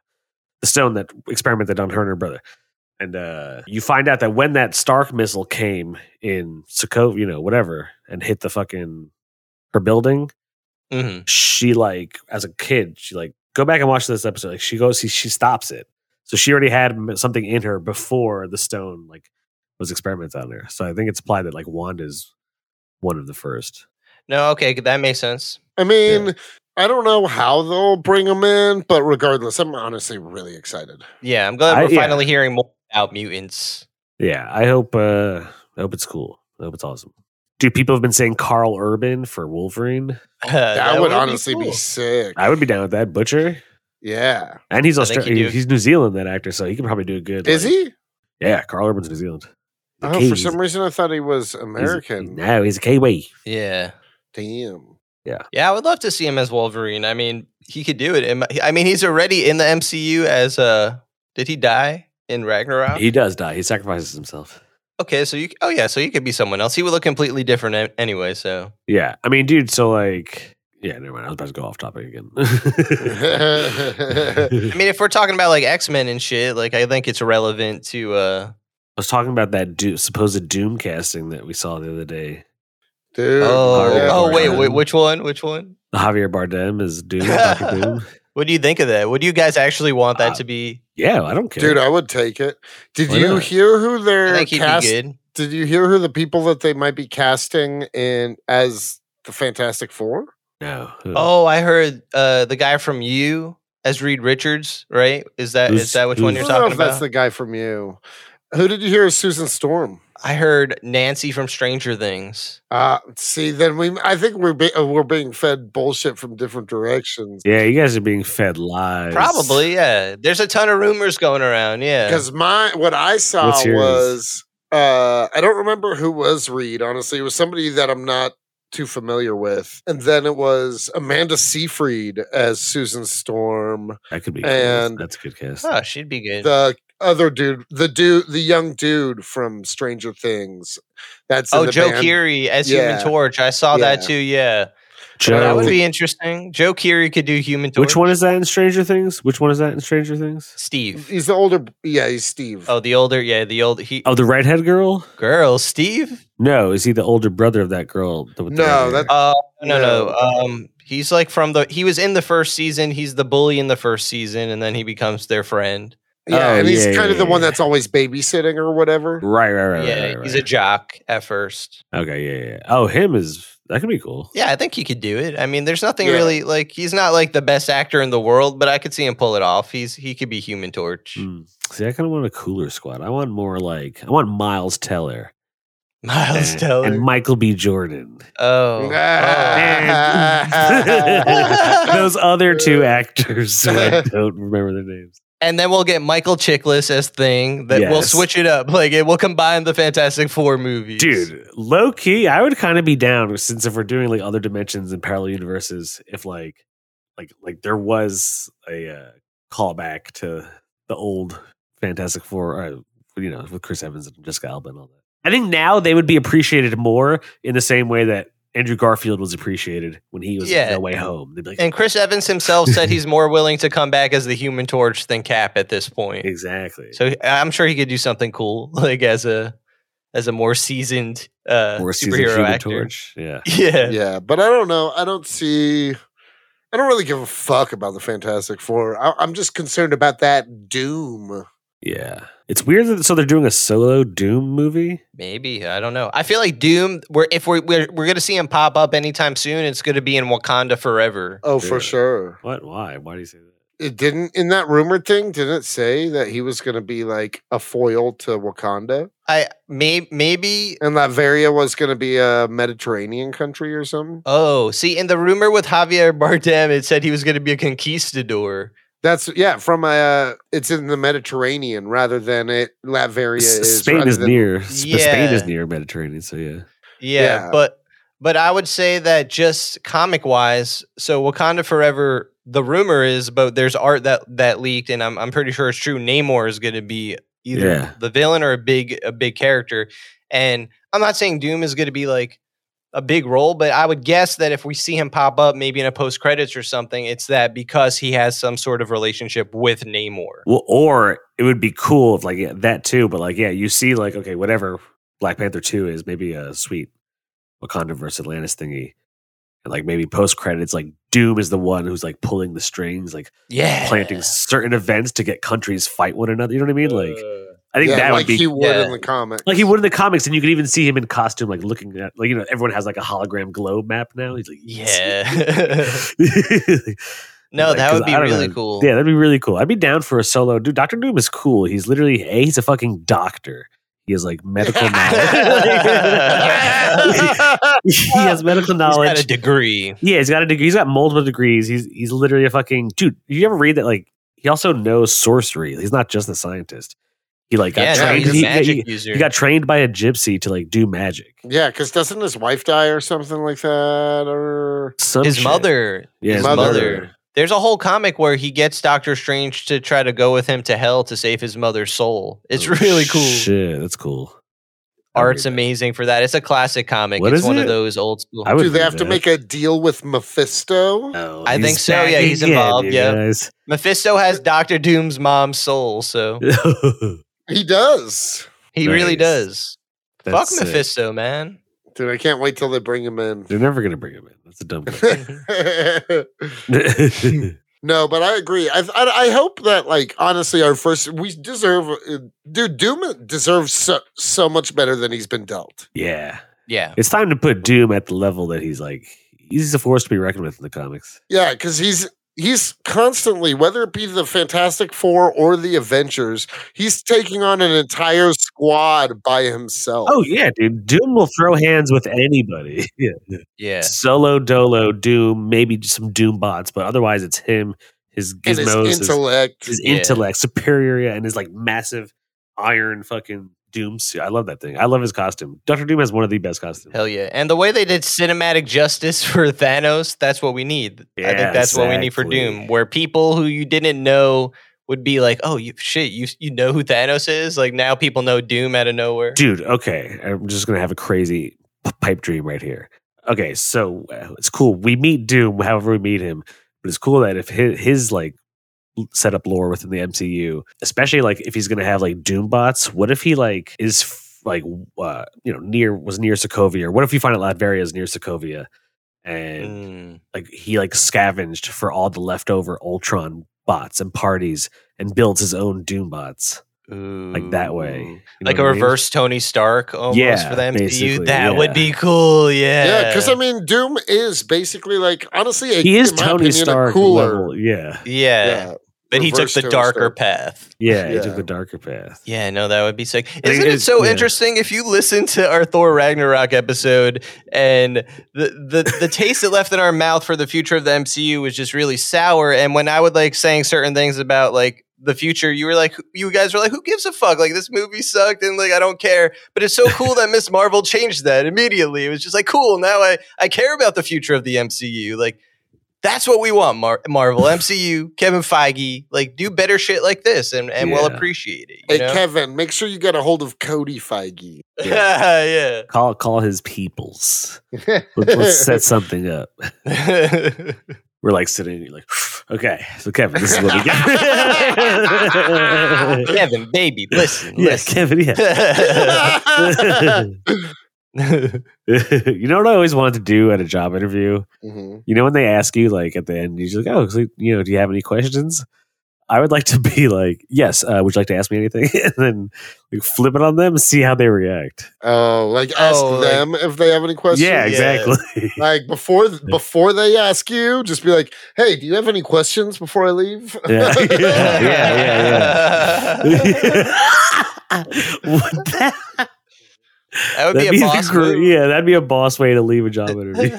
the stone that experimented on her and her brother. And uh, you find out that when that Stark missile came in Sokovia, you know, whatever, and hit the fucking her building,
hmm
she like as a kid she like go back and watch this episode like she goes she, she stops it so she already had m- something in her before the stone like was experimented on her so i think it's implied that like wanda's one of the first
No, okay, that makes sense.
I mean, I don't know how they'll bring them in, but regardless, I'm honestly really excited.
Yeah, I'm glad
I-
we're
yeah.
finally hearing more about mutants.
yeah i hope uh i hope it's cool i hope it's awesome dude people have been saying carl urban for wolverine
That, would, honestly be,
cool.
sick.
i would be down with that butcher
yeah.
and he's
I think
australian
he'd do-
he's new zealand that actor so he could probably do a good
Is
like-
he?
yeah carl urban's new zealand The
Oh, for
Kiwis.
some reason, I thought he was
He's-
American.
no he's a kiwi
Yeah,
Damn.
yeah, I would love to see him as Wolverine. I mean, he could do it. Am- I mean, he's already in the MCU as Uh, did he die in Ragnarok?
he does die he sacrifices himself
okay, so you. Oh yeah, so you could be someone else. He would look completely different an- anyway. So
Yeah, I mean, dude. So like, yeah. Never mind. I was about to go off topic again.
I mean, if we're talking about like X Men and shit, like I think it's relevant to. uh
I was talking about that do- supposed doom casting that we saw the other day.
Dude.
Oh,
Harvey
oh wait,
Barden.
wait, which one? Which one?
Javier Bardem is Doom. Dr. doom.
What do you think of that? Would you guys actually want that
Uh,
to be?
Yeah, I don't care.
Dude,
uh,
I would take it. Did
Why
you
not?
hear who
I
they're
think he'd
cast?
be good.
Did you hear who the people that they might be casting in as the Fantastic Four?
no.
Oh, I heard uh, the guy from You as Reed Richards, right? Is that is
Who's-
that which one
I
who's-
you're
don't know
talking
if that's
about?
the guy from you. Who did you hear is Susan Storm?
I heard Nancy from Stranger Things.
Uh, see, then we. I think we're be, uh, we're being fed bullshit from different directions.
Yeah, you guys are being fed lies.
Probably, yeah. There's a ton of rumors going around. Yeah,
Because my what I saw
What's yours?
was uh, I don't remember who was Reed. Honestly, it was somebody that I'm not too familiar with. And then it was Amanda Seyfried as Susan Storm.
that could be.
And-
And that's a good cast.
oh, she'd be good.
The other dude, the dude, the young dude from Stranger Things. That's in
oh,
the
Joe
band.
Keery as
Yeah.
Human Torch. I saw that
Yeah.
too. Yeah,
Joe,
that would
think-
be interesting. Joe Keery could do Human Torch.
which one is that in Stranger Things? Which one is that in Stranger Things?
Steve.
He's the older. Yeah, he's Steve.
Oh, the older. Yeah, the old. He
Oh, the redhead girl.
girl. Steve.
No, is he the older brother of that girl? with the Oh,
No,
red hair?
that-
Uh, no, no,
No.
Um, he's like from the. He was in the first season. He's the bully in the first season, and then he becomes their friend.
Yeah,
Oh,
and he's
yeah,
kind of
yeah,
the one
yeah.
that's always babysitting or whatever.
Right, right, right.
yeah,
right, right,
he's a
right.
jock at first.
Okay, yeah, yeah, yeah. Oh, him is that could be cool.
Yeah, I think he could do it. I mean, there's nothing
Yeah.
really like. He's not like the best actor in the world, but I could see him pull it off. He's he could be Human Torch.
Mm. See, I kind of want a cooler squad. I want more like I want Miles Teller,
Miles
and,
Teller.
and Michael B. Jordan.
oh. oh.
And- those other two actors who I don't remember their names.
And then we'll get Michael Chiklis as Thing. That we'll
Yes.
switch it up. Like it will combine the Fantastic Four movies,
Dude, low key, I would kind of be down since if we're doing like other dimensions and parallel universes, if like like like there was a uh, callback to the old Fantastic Four, uh, you know, with Chris Evans and Jessica Alba and all that. I think now they would be appreciated more in the same way that Andrew Garfield was appreciated when he was
Yeah.
on No Way Home. They'd be like,
And Chris Evans himself said he's more willing to come back as the Human Torch than Cap at this point.
exactly.
So I'm sure he could do something cool, like as a as a more seasoned uh,
Or a seasoned
superhero
Human
actor.
Torch. Yeah.
Yeah.
yeah, but I don't know. I don't see. I don't really give a fuck about the Fantastic Four. I, I'm just concerned about that Doom.
Yeah. It's weird that so they're doing a solo Doom movie.
maybe I don't know. I feel like Doom. We're if we're we're, we're gonna see him pop up anytime soon. It's gonna be in Wakanda forever.
Oh,
Yeah.
for sure.
What? Why? Why do you say that?
It didn't in that rumor thing. Didn't it say that he was going to be like a foil to Wakanda,
I may maybe.
and Latveria was going to be a Mediterranean country or something?
Oh, see, in the rumor with Javier Bardem, it said he was gonna be a conquistador.
That's yeah. From a, uh, it's in the Mediterranean rather than it. Latveria
S-
is
Spain
rather
is
than-
near. S- but Spain is
Yeah.
near Mediterranean. So yeah.
Yeah,
Yeah.
but but I would say that just comic wise, so Wakanda Forever, the rumor is, but there's art that that leaked, and I'm I'm pretty sure it's true. Namor is going to be either
Yeah.
the villain or a big a big character, and I'm not saying Doom is going to be like a big role, but I would guess that if we see him pop up, maybe in a post credits or something, it's that because he has some sort of relationship with Namor.
Well, or it would be cool if like yeah, that too. But like yeah, you see like okay, whatever Black Panther two is maybe a sweet Wakanda versus Atlantis thingy. And like maybe post credits, like Doom is the one who's like pulling the strings, like
Yeah,
planting certain events to get countries fight one another. You know what I mean? Like I think
Yeah,
that
like
would be
he would
yeah.
in the comics.
like he would in the comics, and you could even see him in costume, like looking at like you know everyone has like a hologram globe map now. He's like
yeah. no,
Like,
that
'cause
would be
I don't
really
know.
cool.
Yeah, that'd be really cool. I'd be down for a solo. Dude, Doctor Doom is cool. He's literally a, he's a fucking doctor. He has like medical knowledge. he has medical
He's got
knowledge.
a degree.
yeah, he's got a degree. He's got multiple degrees. He's he's literally a fucking dude. You ever read that? Like he also knows sorcery. He's not just a scientist. He like got
Yeah, no,
trained.
he's a
he- yeah,
magic
he-
user.
he got trained by a gypsy to like do magic.
yeah, because doesn't his wife die or something like that? Or
Some
his
shit.
mother.
Yeah,
his
mother.
mother. There's a whole comic where he gets Doctor Strange to try to go with him to hell to save his mother's soul. It's
Oh,
really cool.
Shit, that's cool. I would
Art's
read that.
amazing for that. It's a classic comic.
What
it's
is
one
it?
of those old school.
I would
do they
read
have to
that.
make a deal with Mephisto?
No,
I
he's
think so,
back
yeah, he's
again,
involved,
you
yeah.
guys.
Mephisto has Doctor Doom's mom's soul, so
He does.
he really
Nice.
does. Fuck
That's it.
Mephisto, man.
Dude, I can't wait till they bring him in.
They're never gonna bring him in. That's a dumb.
no, but I agree. I, I I hope that like honestly, our first we deserve. uh, Dude, Doom deserves so, so much better than he's been dealt.
yeah,
Yeah.
it's time to put Doom at the level that he's like. He's a force to be reckoned with in the comics.
Yeah, because he's he's constantly, whether it be the Fantastic Four or the Avengers, he's taking on an entire squad by himself.
Oh yeah, dude. Doom will throw hands with anybody. Yeah.
Yeah.
Solo Dolo Doom, maybe just some Doom bots, but otherwise it's him, his
and his
gizmos, his his intellect,
intellect.
Yeah.
superior, and his like massive iron fucking Doom suit. I love that thing. I love his costume. Doctor Doom has one of the best costumes.
Hell yeah. And the way they did cinematic justice for Thanos, that's what we need. I
Yeah,
think that's what we need for
exactly.
Doom, where people who you didn't know would be like, oh, you, shit, you, you know who Thanos is? Like now people know Doom out of nowhere.
dude okay i'm just gonna have a crazy p- pipe dream right here okay so uh, it's cool we meet doom however we meet him but it's cool that if his, his like l- set up lore within the mcu especially like if he's gonna have like doom bots what if he like is f- like uh, you know near was near sokovia or what if you find out latveria is near sokovia and
Mm.
like he like scavenged for all the leftover ultron bots and parties and builds his own doom bots like that way
Mm.
You
Ooh.
know
Like a
what I mean?
reverse Tony Stark almost
Yeah,
for the MCU.
basically, yeah.
That would be cool. Yeah.
Yeah, because I mean, Doom is basically like honestly, a,
he is
in my
Tony
opinion, a
Stark
cooler.
level. Yeah,
Yeah. but he took
reverse
the
Tony
darker
Stark.
path.
yeah, he
Yeah.
took the darker path.
Yeah, no, that would be sick.
I think
Isn't it
it's-
so
yeah.
interesting if you listen to our Thor Ragnarok episode and the the, the taste it left in our mouth for the future of the MCU was just really sour. And when I would like saying certain things about like the future, you were like, you guys were like, who gives a fuck? Like this movie sucked and like I don't care. But it's so cool that Miss Marvel changed that immediately. It was just like, cool, now I I care about the future of the MCU. Like That's what we want, Mar- Marvel, MCU, Kevin Feige. Like, do better shit like this, and, and we'll
Yeah.
appreciate it.
Hey,
You know?
Kevin, make sure you get a hold of Cody Feige.
yeah.
Call call his peoples. Let's, let's set something up. We're like sitting you're like, okay, so Kevin, this is what we got.
Kevin, baby, listen,
yeah,
listen.
Kevin, yeah. you know what I always wanted to do at a job interview?
Mhm.
You know when they ask you like at the end, you're just like, oh, so, you know, do you have any questions? I would like to be like, yes. Uh, would you like to ask me anything? and then like, flip it on them and see how they react.
Oh, like ask
Oh, like-
them if they have any questions.
yeah, exactly.
Like before before they ask you, just be like, "Hey, do you have any questions before I leave?"
yeah. yeah, yeah, yeah. what the-
That would
that'd
be
be
a
the
boss
gr-
move.
Yeah, that'd be a boss way to leave a job interview.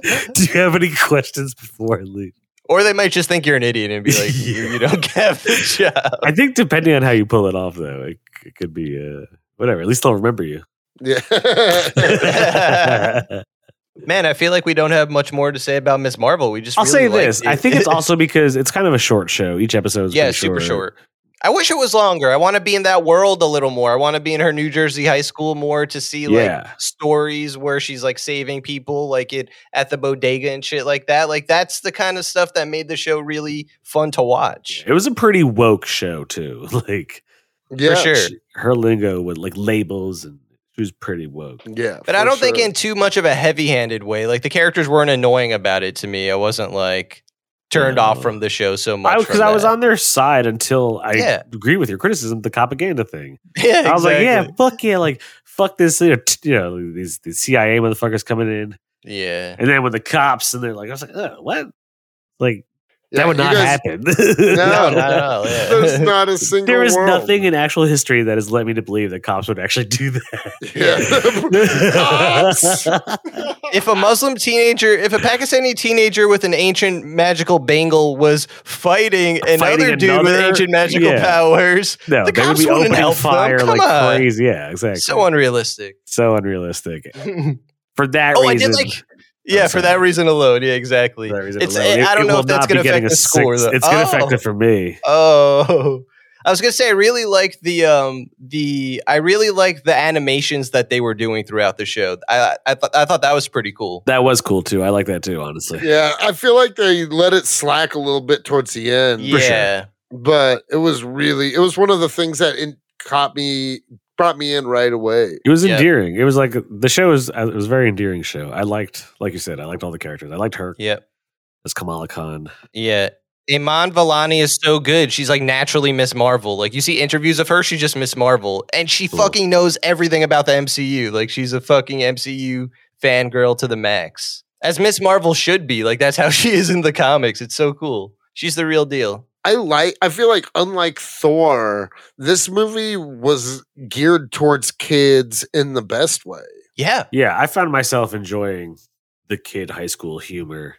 Do you have any questions before I leave?
or they might just think you're an idiot and be like, you, you don't have the job.
I think depending on how you pull it off, though, it, it could be uh, whatever. At least they'll remember you.
yeah.
I'll
Man, I feel like we don't have much more to say about Miss Marvel. We just
say
really liked
this:
it.
I think it's also because it's kind of a short show. Each episode is
yeah,
pretty
super short. I wish it was longer. I want to be in that world a little more. I want to be in her New Jersey high school more to see like
Yeah.
stories where she's like saving people like it at the bodega and shit like that. Like that's the kind of stuff that made the show really fun to watch.
It was a pretty woke show too. Like
yeah.
For sure.
she- her lingo with like labels, and she was pretty woke.
Yeah.
But I
for
don't think
sure.
in too much of a heavy-handed way. Like the characters weren't annoying about it to me. I wasn't like turned off
No.
from the show so much.
Because
from
I, was
that.
on their side until I
Yeah.
agree with your criticism, the propaganda thing.
Yeah,
I was like, yeah,
exactly.
fuck yeah, like fuck this, you know, t- you know these, these CIA motherfuckers coming in,
yeah.
and then with the cops, and they're like, I was like, oh, what? Like
Yeah,
that would
you
not
guys-
happen.
No,
No,
not at all. Oh, Yeah.
There's not a single.
There is
world.
nothing in actual history that has led me to believe that cops would actually do
Cops!
that.
if a Muslim teenager, if a Pakistani teenager with an ancient magical bangle was fighting another
Fighting
dude with
another-
ancient magical
yeah.
powers,
no,
The
they would
cops
be
wouldn't
opening
help them,
fire
come
like
on.
crazy. Yeah, exactly.
so unrealistic.
so unrealistic.
oh,
For that
I
reason,
did like, yeah, for
sorry.
that reason alone. Yeah, exactly.
for that reason
It's,
alone, it-
I
it
don't know
will
if
not
that's
be
going
getting
to affect
a
the score.
six-
though.
It's going
Oh.
to affect it for me.
Oh, I was gonna say I really like the um the I really like the animations that they were doing throughout the show. I I, thought I thought that was pretty cool.
That was cool too. I like that too. Honestly,
Yeah, I feel like they let it slack a little bit towards the end.
sure.
Yeah,
But it was really it was one of the things that in, caught me brought me in right away.
It was
Yeah.
endearing. It was like the show was. It was a very endearing show. I liked, like you said, I liked all the characters. I liked her
yeah,
as Kamala Khan.
yeah. Iman Vellani is so good. She's like naturally Miss Marvel. Like you see interviews of her, she's just Miss Marvel, and she
Cool.
fucking knows everything about the MCU. Like she's a fucking MCU fangirl to the max, as Miss Marvel should be. Like that's how she is in the comics. It's so cool. She's the real deal.
I like I feel like unlike Thor, this movie was geared towards kids in the best way.
Yeah.
Yeah, I found myself enjoying the kid high school humor.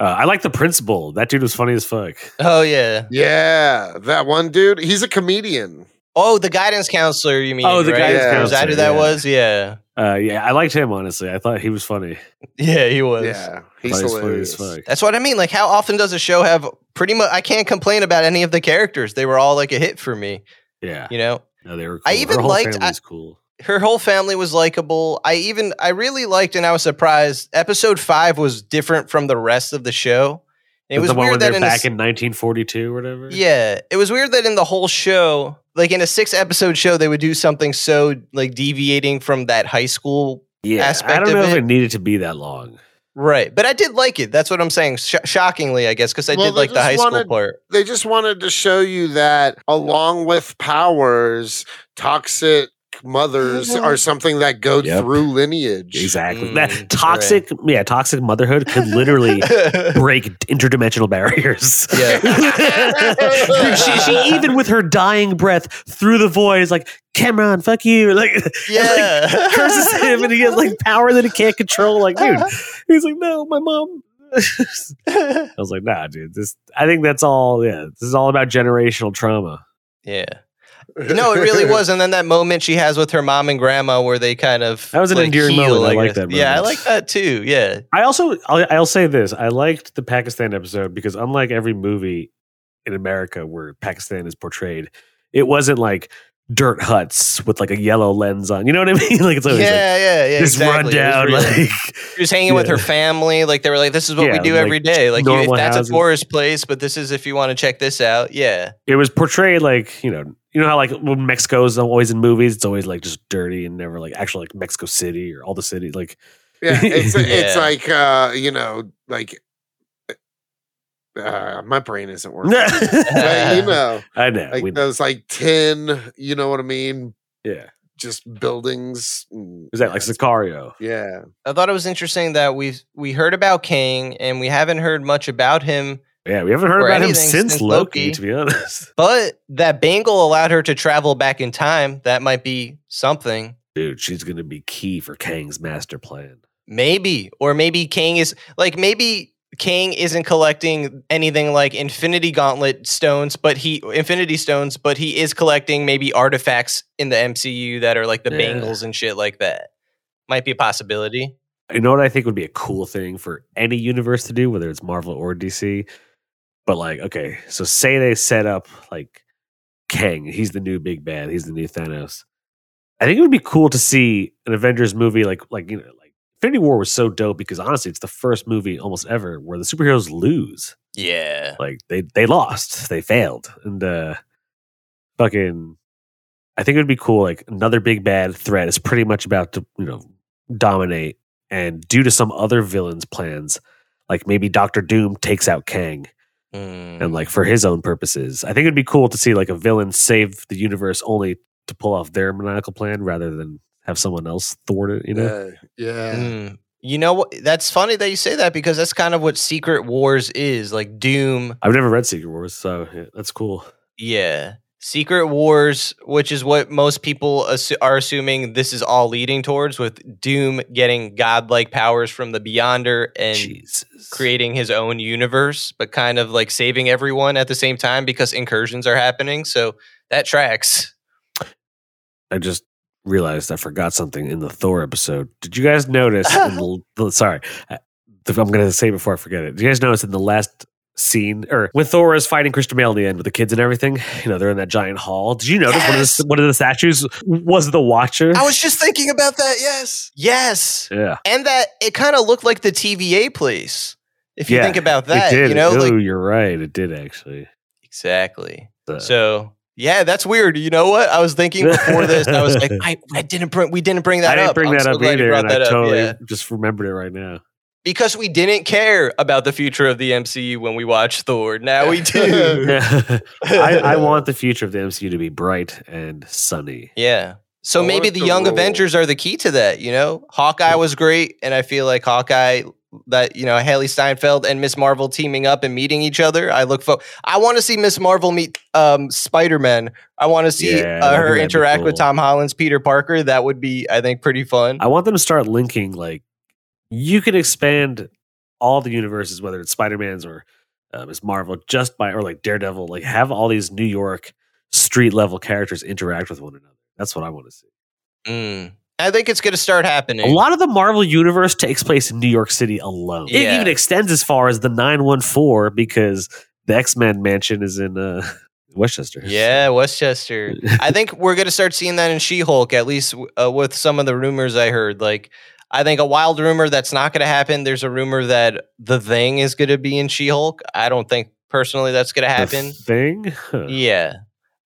Uh, I like the principal. That dude was funny as fuck.
Oh yeah.
Yeah, that one dude, he's a comedian.
Oh, the guidance counselor, you mean?
Oh, the
right?
guidance
Yeah.
Is that
counselor,
who that
yeah.
was? Yeah.
Uh, yeah, I liked him honestly. I thought he was funny.
Yeah, he was.
Yeah,
I
he's
thought he was
hilarious.
funny as fuck.
That's what I mean. Like, how often does a show have pretty much? I can't complain about any of the characters. They were all like a hit for me,
Yeah,
you know?
no, they were. Cool.
I even
Her whole
liked-
family's cool.
Her whole family was likable. I even, I really liked and I was surprised. Episode five was different from the rest of the show. It was
the one
weird
where
that
they're
in a,
back
s-
in 1942 or whatever.
Yeah, it was weird that in the whole show, like in a six episode show, they would do something so like deviating from that high school
yeah. I
aspect
don't
of
know if
it.
it needed to be that long.
Right, but I did like it. That's what I'm saying. Sh- shockingly, I guess, because I
Well,
did
they
like the
just
high school
wanted-
part.
They just wanted to show you that along with powers, toxic mothers are something that go
Yep.
through lineage.
Exactly.
Mm, right.
that toxic, yeah, toxic motherhood could literally break interdimensional barriers.
Yeah.
Dude, she, she even with her dying breath through the void is like, Cameron, fuck you. Like
yeah,
curses him and he has like power that he can't control. Like, dude. He's like, No, my mom. I was like, nah, dude, this I think that's all yeah. This is all about generational trauma.
yeah. no, it really was. And then that moment she has with her mom and grandma, where they kind of
That was an endearing moment. I like
guess.
that
Yeah, I
moment.
like that too. Yeah,
I also I'll, I'll say this: I liked the Pakistan episode because unlike every movie in America where Pakistan is portrayed, it wasn't like dirt huts with like a yellow lens on. You know what I mean? Like it's always
yeah,
like
yeah, yeah.
this
exactly. It was
rundown,
really-
like
she was hanging with
Yeah.
her family. Like they were like, "This is what we
Yeah,
do
like,
every day." Like you, if
normal
that's
houses.
a tourist place, but this is if you want to check this out. Yeah,
it was portrayed like you know you know how like when Mexico's always in movies, it's always like just dirty and never like actually like Mexico City or all the cities. Like
Yeah, it's it's
Yeah.
like uh, you know, like uh, my brain isn't working. But, you know,
I know,
like
we,
those like tin, you know what I mean?
yeah.
Just buildings. mm,
Is that like Sicario?
Yeah.
I thought it was interesting that we we heard about King and we haven't heard much about him
Yeah, we haven't heard
Or
about him
anything
since
since
Loki,
Loki.
to be honest.
But that bangle allowed her to travel back in time. That might be something.
Dude, she's gonna be key for Kang's master plan.
Maybe. Or maybe King is like, maybe King isn't collecting anything like Infinity Gauntlet stones, but he, Infinity Stones, but he is collecting maybe artifacts in the MCU that are like the
Yeah.
bangles and shit like that. Might be a possibility.
You know what I think would be a cool thing for any universe to do, whether it's Marvel or DC? But like, okay, so say they set up like Kang, he's the new big bad, he's the new Thanos. I think it would be cool to see an Avengers movie like like you know, like Infinity War was so dope because honestly it's the first movie almost ever where the superheroes lose.
Yeah.
Like they they lost. They failed. And uh fucking I think it would be cool, like another big bad threat is pretty much about to, you know, dominate and due to some other villain's plans, like maybe Doctor Doom takes out Kang
Mm.
and like for his own purposes. I think it'd be cool to see like a villain save the universe only to pull off their maniacal plan rather than have someone else thwart it, you know?
Uh, yeah.
Mm. You know what? That's funny that you say that because that's kind of what Secret Wars is like Doom
I've never read Secret Wars, so yeah, that's cool.
Yeah. Secret Wars, which is what most people assu- are assuming this is all leading towards, with Doom getting godlike powers from the Beyonder and
Jesus.
creating his own universe, but kind of like saving everyone at the same time because incursions are happening. So that tracks.
I just realized I forgot something in the Thor episode. Did you guys notice? in the, the- sorry, I, I'm going to say it before I forget it. Did you guys notice in the last scene or when Thor is fighting Christian Bale at the end with the kids and everything? You know, they're in that giant hall. Did you notice one, of
Yes.
the, one of the statues was the Watcher?
was just thinking about that. Yes. Yes.
yeah,
And that it kind of looked like the TVA place. If you
Yeah,
think about
it
that,
did.
you know,
oh,
like
you're right. It did actually.
exactly.
The-
So yeah, that's weird. You know what? I was thinking before this. I was like, I, I didn't bring. We didn't bring that
I didn't
up.
bring
I'm
that
so
up
glad you
either,
brought
and
that
I
up,
totally
yeah.
just remembered it right now.
because we didn't care about the future of the MCU when we watched Thor. Now we do.
I, I want the future of the MCU to be bright and sunny.
Yeah. So
I
maybe
want
the
to
young
roll.
Avengers are the key to that. You know, Hawkeye was great, and I feel like Hawkeye. That you know, Haley Steinfeld and Miss Marvel teaming up and meeting each other. I look for. I want to see Miss Marvel meet um, Spider Man. I want to
Yeah, I
see uh,
think that'd
her
be
interact with
cool.
Tom Holland's Peter Parker. That would be, I think, pretty fun.
I want them to start linking like you can expand all the universes, whether it's Spider Man's or uh, Miss Marvel, just by or like Daredevil, like have all these New York street level characters interact with one another. That's what I want to see.
Mm. I think it's going to start happening.
A lot of the Marvel universe takes place in New York City alone. It
Yeah.
even extends as far as the nine one four because the X Men mansion is in uh, Westchester.
Yeah, Westchester. I think we're going to start seeing that in She Hulk, at least uh, with some of the rumors I heard. Like, I think a wild rumor that's not going to happen. There's a rumor that The Thing is going to be in She Hulk. I don't think personally that's going to
The
happen.
thing. Huh.
Yeah.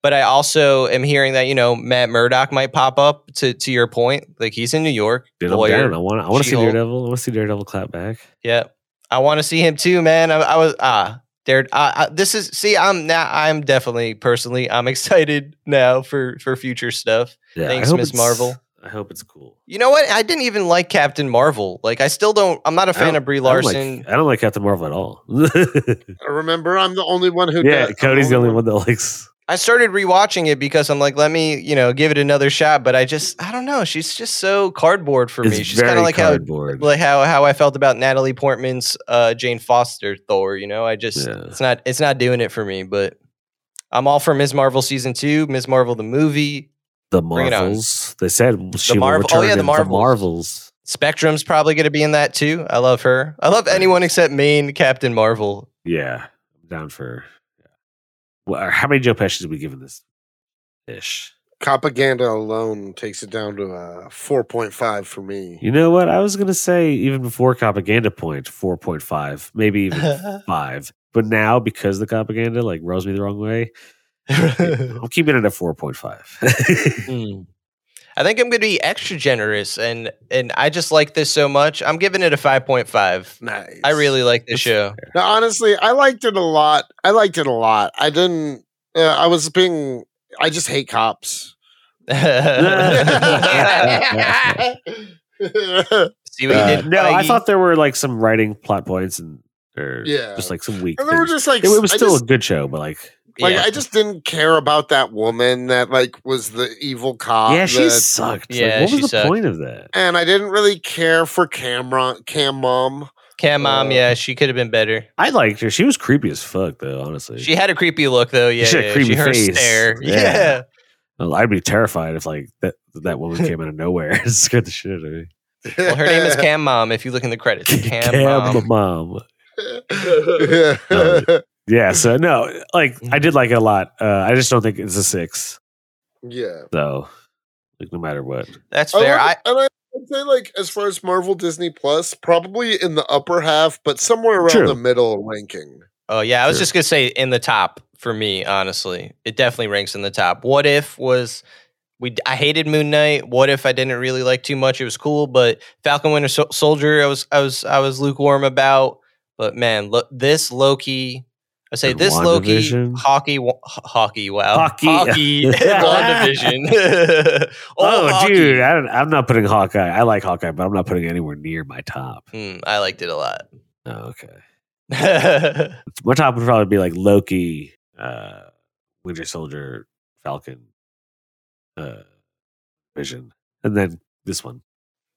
But I also am hearing that, you know, Matt Murdock might pop up to, to your point. Like, he's in New York.
Dude, I'm
lawyer.
down. I want. I want to see
She-Hulk.
Daredevil. I want to see Daredevil clap back.
Yeah, I want to see him too, man. I, I was ah there. I, I, this is see. I'm now. I'm definitely personally. I'm excited now for for future stuff.
Yeah, I
Thanks,
hope
Miss
it's-
Marvel.
I hope it's cool.
You know what? I didn't even like Captain Marvel. Like I still don't. I'm not a
I
fan
don't-
of Brie
I don't like-
Larson.
I don't like Captain Marvel at all.
I remember I'm the only one who
yeah,
does- I'm
Cody's the only one that likes.
I started rewatching it because I'm like, let me, you know, give it another shot. But I just, I don't know. She's just so cardboard for me.
It's
She's kind
very
of like
cardboard.
how, like how, how I felt about Natalie Portman's uh, Jane Foster Thor. You know, I just,
Yeah.
it's not, it's not doing it for me. But I'm all for Ms. Marvel season two, Ms. Marvel the movie.
The
Bring it on.
Marvels. They said she
Marv-
will
oh,
return
yeah, the
in the Marvels.
Marvels. Spectrum's probably going to be in that too. I love her. I love anyone except main Captain Marvel.
Yeah, I'm down for. Yeah. Well, or how many Joe Pesci's have we given this? Ish.
Propaganda alone takes it down to uh, 4.5 for me.
You know what? I was gonna say even before propaganda point four point five, maybe even five. But now because the propaganda like rubs me the wrong way,
Hmm.
I'm keeping it at four point five.
Mm. I think I'm going to be extra generous and and I just like this so much. I'm giving it a 5.5.
Nice.
I really like this show.
No, honestly, I liked it a lot. I liked it a lot. I didn't. Uh, I was being. I just hate cops.
See what you
Uh,
did?
no, I
Feige?
thought there were like some writing plot points and or
Yeah.
just like some weak.
And they were
things.
just like
it, it was
I
still
just-
a good show, but like
like
Yeah.
I just didn't care about that woman that like was the evil cop.
yeah, she
that-
sucked. Like,
Ah, yeah,
what was
she
the
sucked.
point of that?
and I didn't really care for Cameron Cam Mom.
Cam mom,
Oh.
uh,
yeah, she could have been better.
I liked her. She was creepy as fuck, though. Honestly,
She had a creepy look though. Yeah,
She had a
yeah,
creepy
she, her
face.
stare.
Yeah.
Yeah.
Well, I'd be terrified if like that that woman came out of nowhere and scared the shit out of me.
Well, her name is Cam Mom. If you look in the credits, Cam, Mom.
mom. Um,
Cam.
Yeah. So no, like I did like it a lot. Uh, I just don't think it's a six
yeah.
though. Like no matter what.
That's
Oh.
fair. I,
like- and I, would say, like, as far as Marvel Disney Plus, probably in the upper half, but somewhere around
True.
the middle ranking.
oh yeah, I was
Sure.
just gonna say in the top for me. Honestly, it definitely ranks in the top. What if was we? I hated Moon Knight. What if I didn't really like too much? It was cool, but Falcon Winter Sol- Soldier, I was I was I was lukewarm about. But man, lo- this Loki. I say
And
this Loki,
WandaVision.
hockey, wa- ho- hockey, wow,
Hockey.
hockey, WandaVision.
Oh,
Old hockey.
dude, I don't, I'm not putting Hawkeye. I like Hawkeye, but I'm not putting it anywhere near my top.
Hmm, I liked it a lot.
Oh, okay.
yeah,
My top would probably be like Loki, uh, Winter Soldier, Falcon, uh, Vision, and then this one.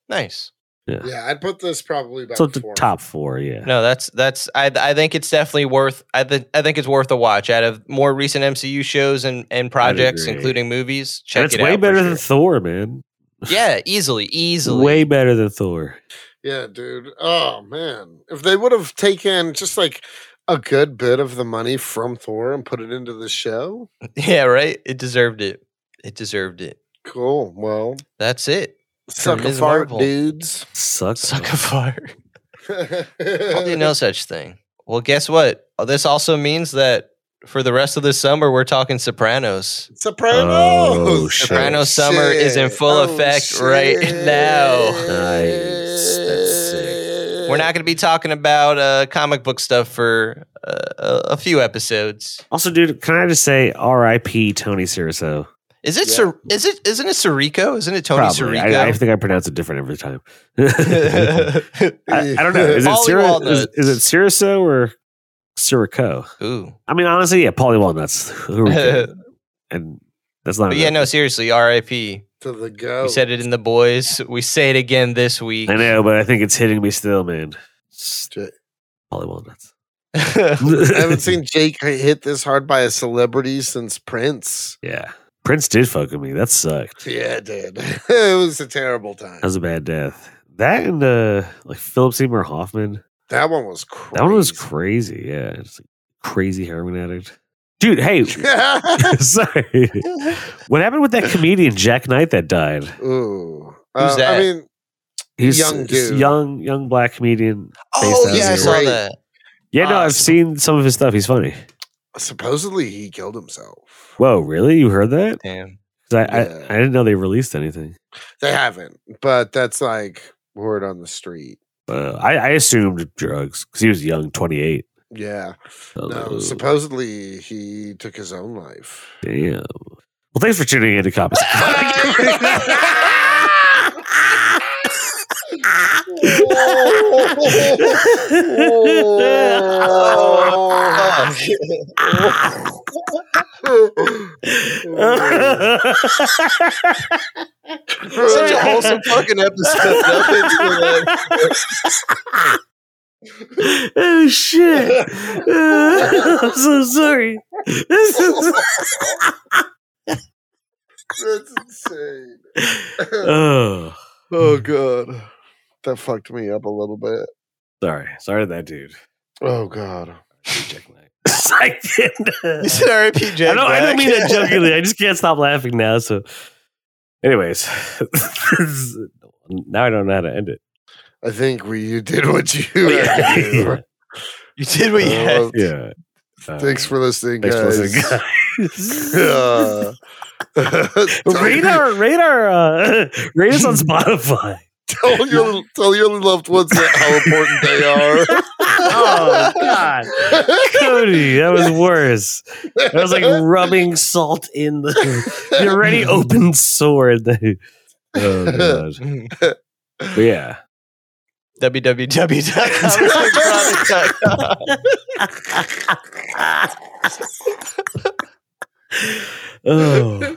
nice.
Yeah.
Yeah, I'd put this probably about
so the
four.
top four, yeah.
No, that's that's. I I think it's definitely worth. I th- I think it's worth a watch. Out of more recent MCU shows and and projects,
agree.
including movies, check
and it's
it
way
out for
better than
sure.
Thor, man.
yeah, easily, easily.
Way better than Thor.
Yeah, dude. Oh man, if they would have taken just like a good bit of the money from Thor and put it into the show,
yeah, right. It deserved it. It deserved it.
cool. Well,
That's it.
suck a
Ms.
fart,
Marvel.
dudes.
Sucks.
Suck a fart. I'll do
you
no such thing. Well, guess what? This also means that for the rest of the summer, we're talking Sopranos.
Sopranos. Oh,
Oh, shit.
Soprano summer is in full effect right now.
Nice. That's sick.
We're not going to be talking about uh, comic book stuff for uh, a, a few episodes.
Also, dude, can I just say R.I.P. Tony Siriso?
Is it?
Yeah.
Sor- is it? Isn't it Sirico? Isn't it Tony
Probably.
Sirico?
I, I think I pronounce it different every time. I, I don't know. Is it,
Polly
Sir- is,
Walnuts.
is it Siriso or Sirico?
Ooh.
I mean, honestly, yeah, Polly Walnuts. Who are we kidding? and that's not.
But yeah, no, seriously, R.I.P.
to the go.
We said it in the boys. We say it again this week.
I know, but I think it's hitting me still, man. It's
Shit.
Polly Walnuts.
Oh,
I haven't seen Jake hit this hard by a celebrity since Prince.
Yeah, Prince did fuck with me. That sucked.
Yeah, it did. it was a terrible time.
That was a bad death. That and uh, like Philip Seymour Hoffman.
That one was crazy.
That one was crazy. Yeah, it's like crazy heroin addict, dude. Hey, sorry. What happened with that comedian Jack Knight that died?
Ooh. Uh,
Who's
I
that?
mean, Young
just
dude.
young, young black comedian.
oh
Based
yeah,
out
I
of
saw
Zero.
that.
Yeah,
Ah,
no, I've
Awesome.
seen some of his stuff. He's funny.
supposedly he killed himself.
Whoa, really? You heard that?
Damn.
'Cause I,
Yeah.
I, I didn't know they released anything.
They haven't, but that's like word on the street.
Uh, I, I assumed drugs because he was young, twenty eight.
Yeah. No, supposedly he took his own life.
Damn. Well, thanks for tuning in to Copies.
Oh.
Such a wholesome fucking episode.
oh shit! Uh, I'm so sorry. This is-
That's insane.
oh,
oh god, that fucked me up a little bit.
sorry, sorry to that dude.
Oh god.
Jack Knight. I
You
did.
said RIP Jack
I don't. I don't
Black.
mean that jokingly. I just can't stop laughing now. So, anyways, now I don't know how to end it.
I think we you did what you had to do.
yeah.
you did what you had.
Uh,
yeah. Uh,
Thanks for listening,
thanks for
guys.
listening, guys.
Uh, tell,
rate
your,
our, rate our, uh, rate us on Spotify.
tell your tell your loved ones how important they are.
Oh God, Cody, that was worse. That was like rubbing salt in the, the already open sword. oh God. But yeah.
www.comicbookproduct.com.
oh.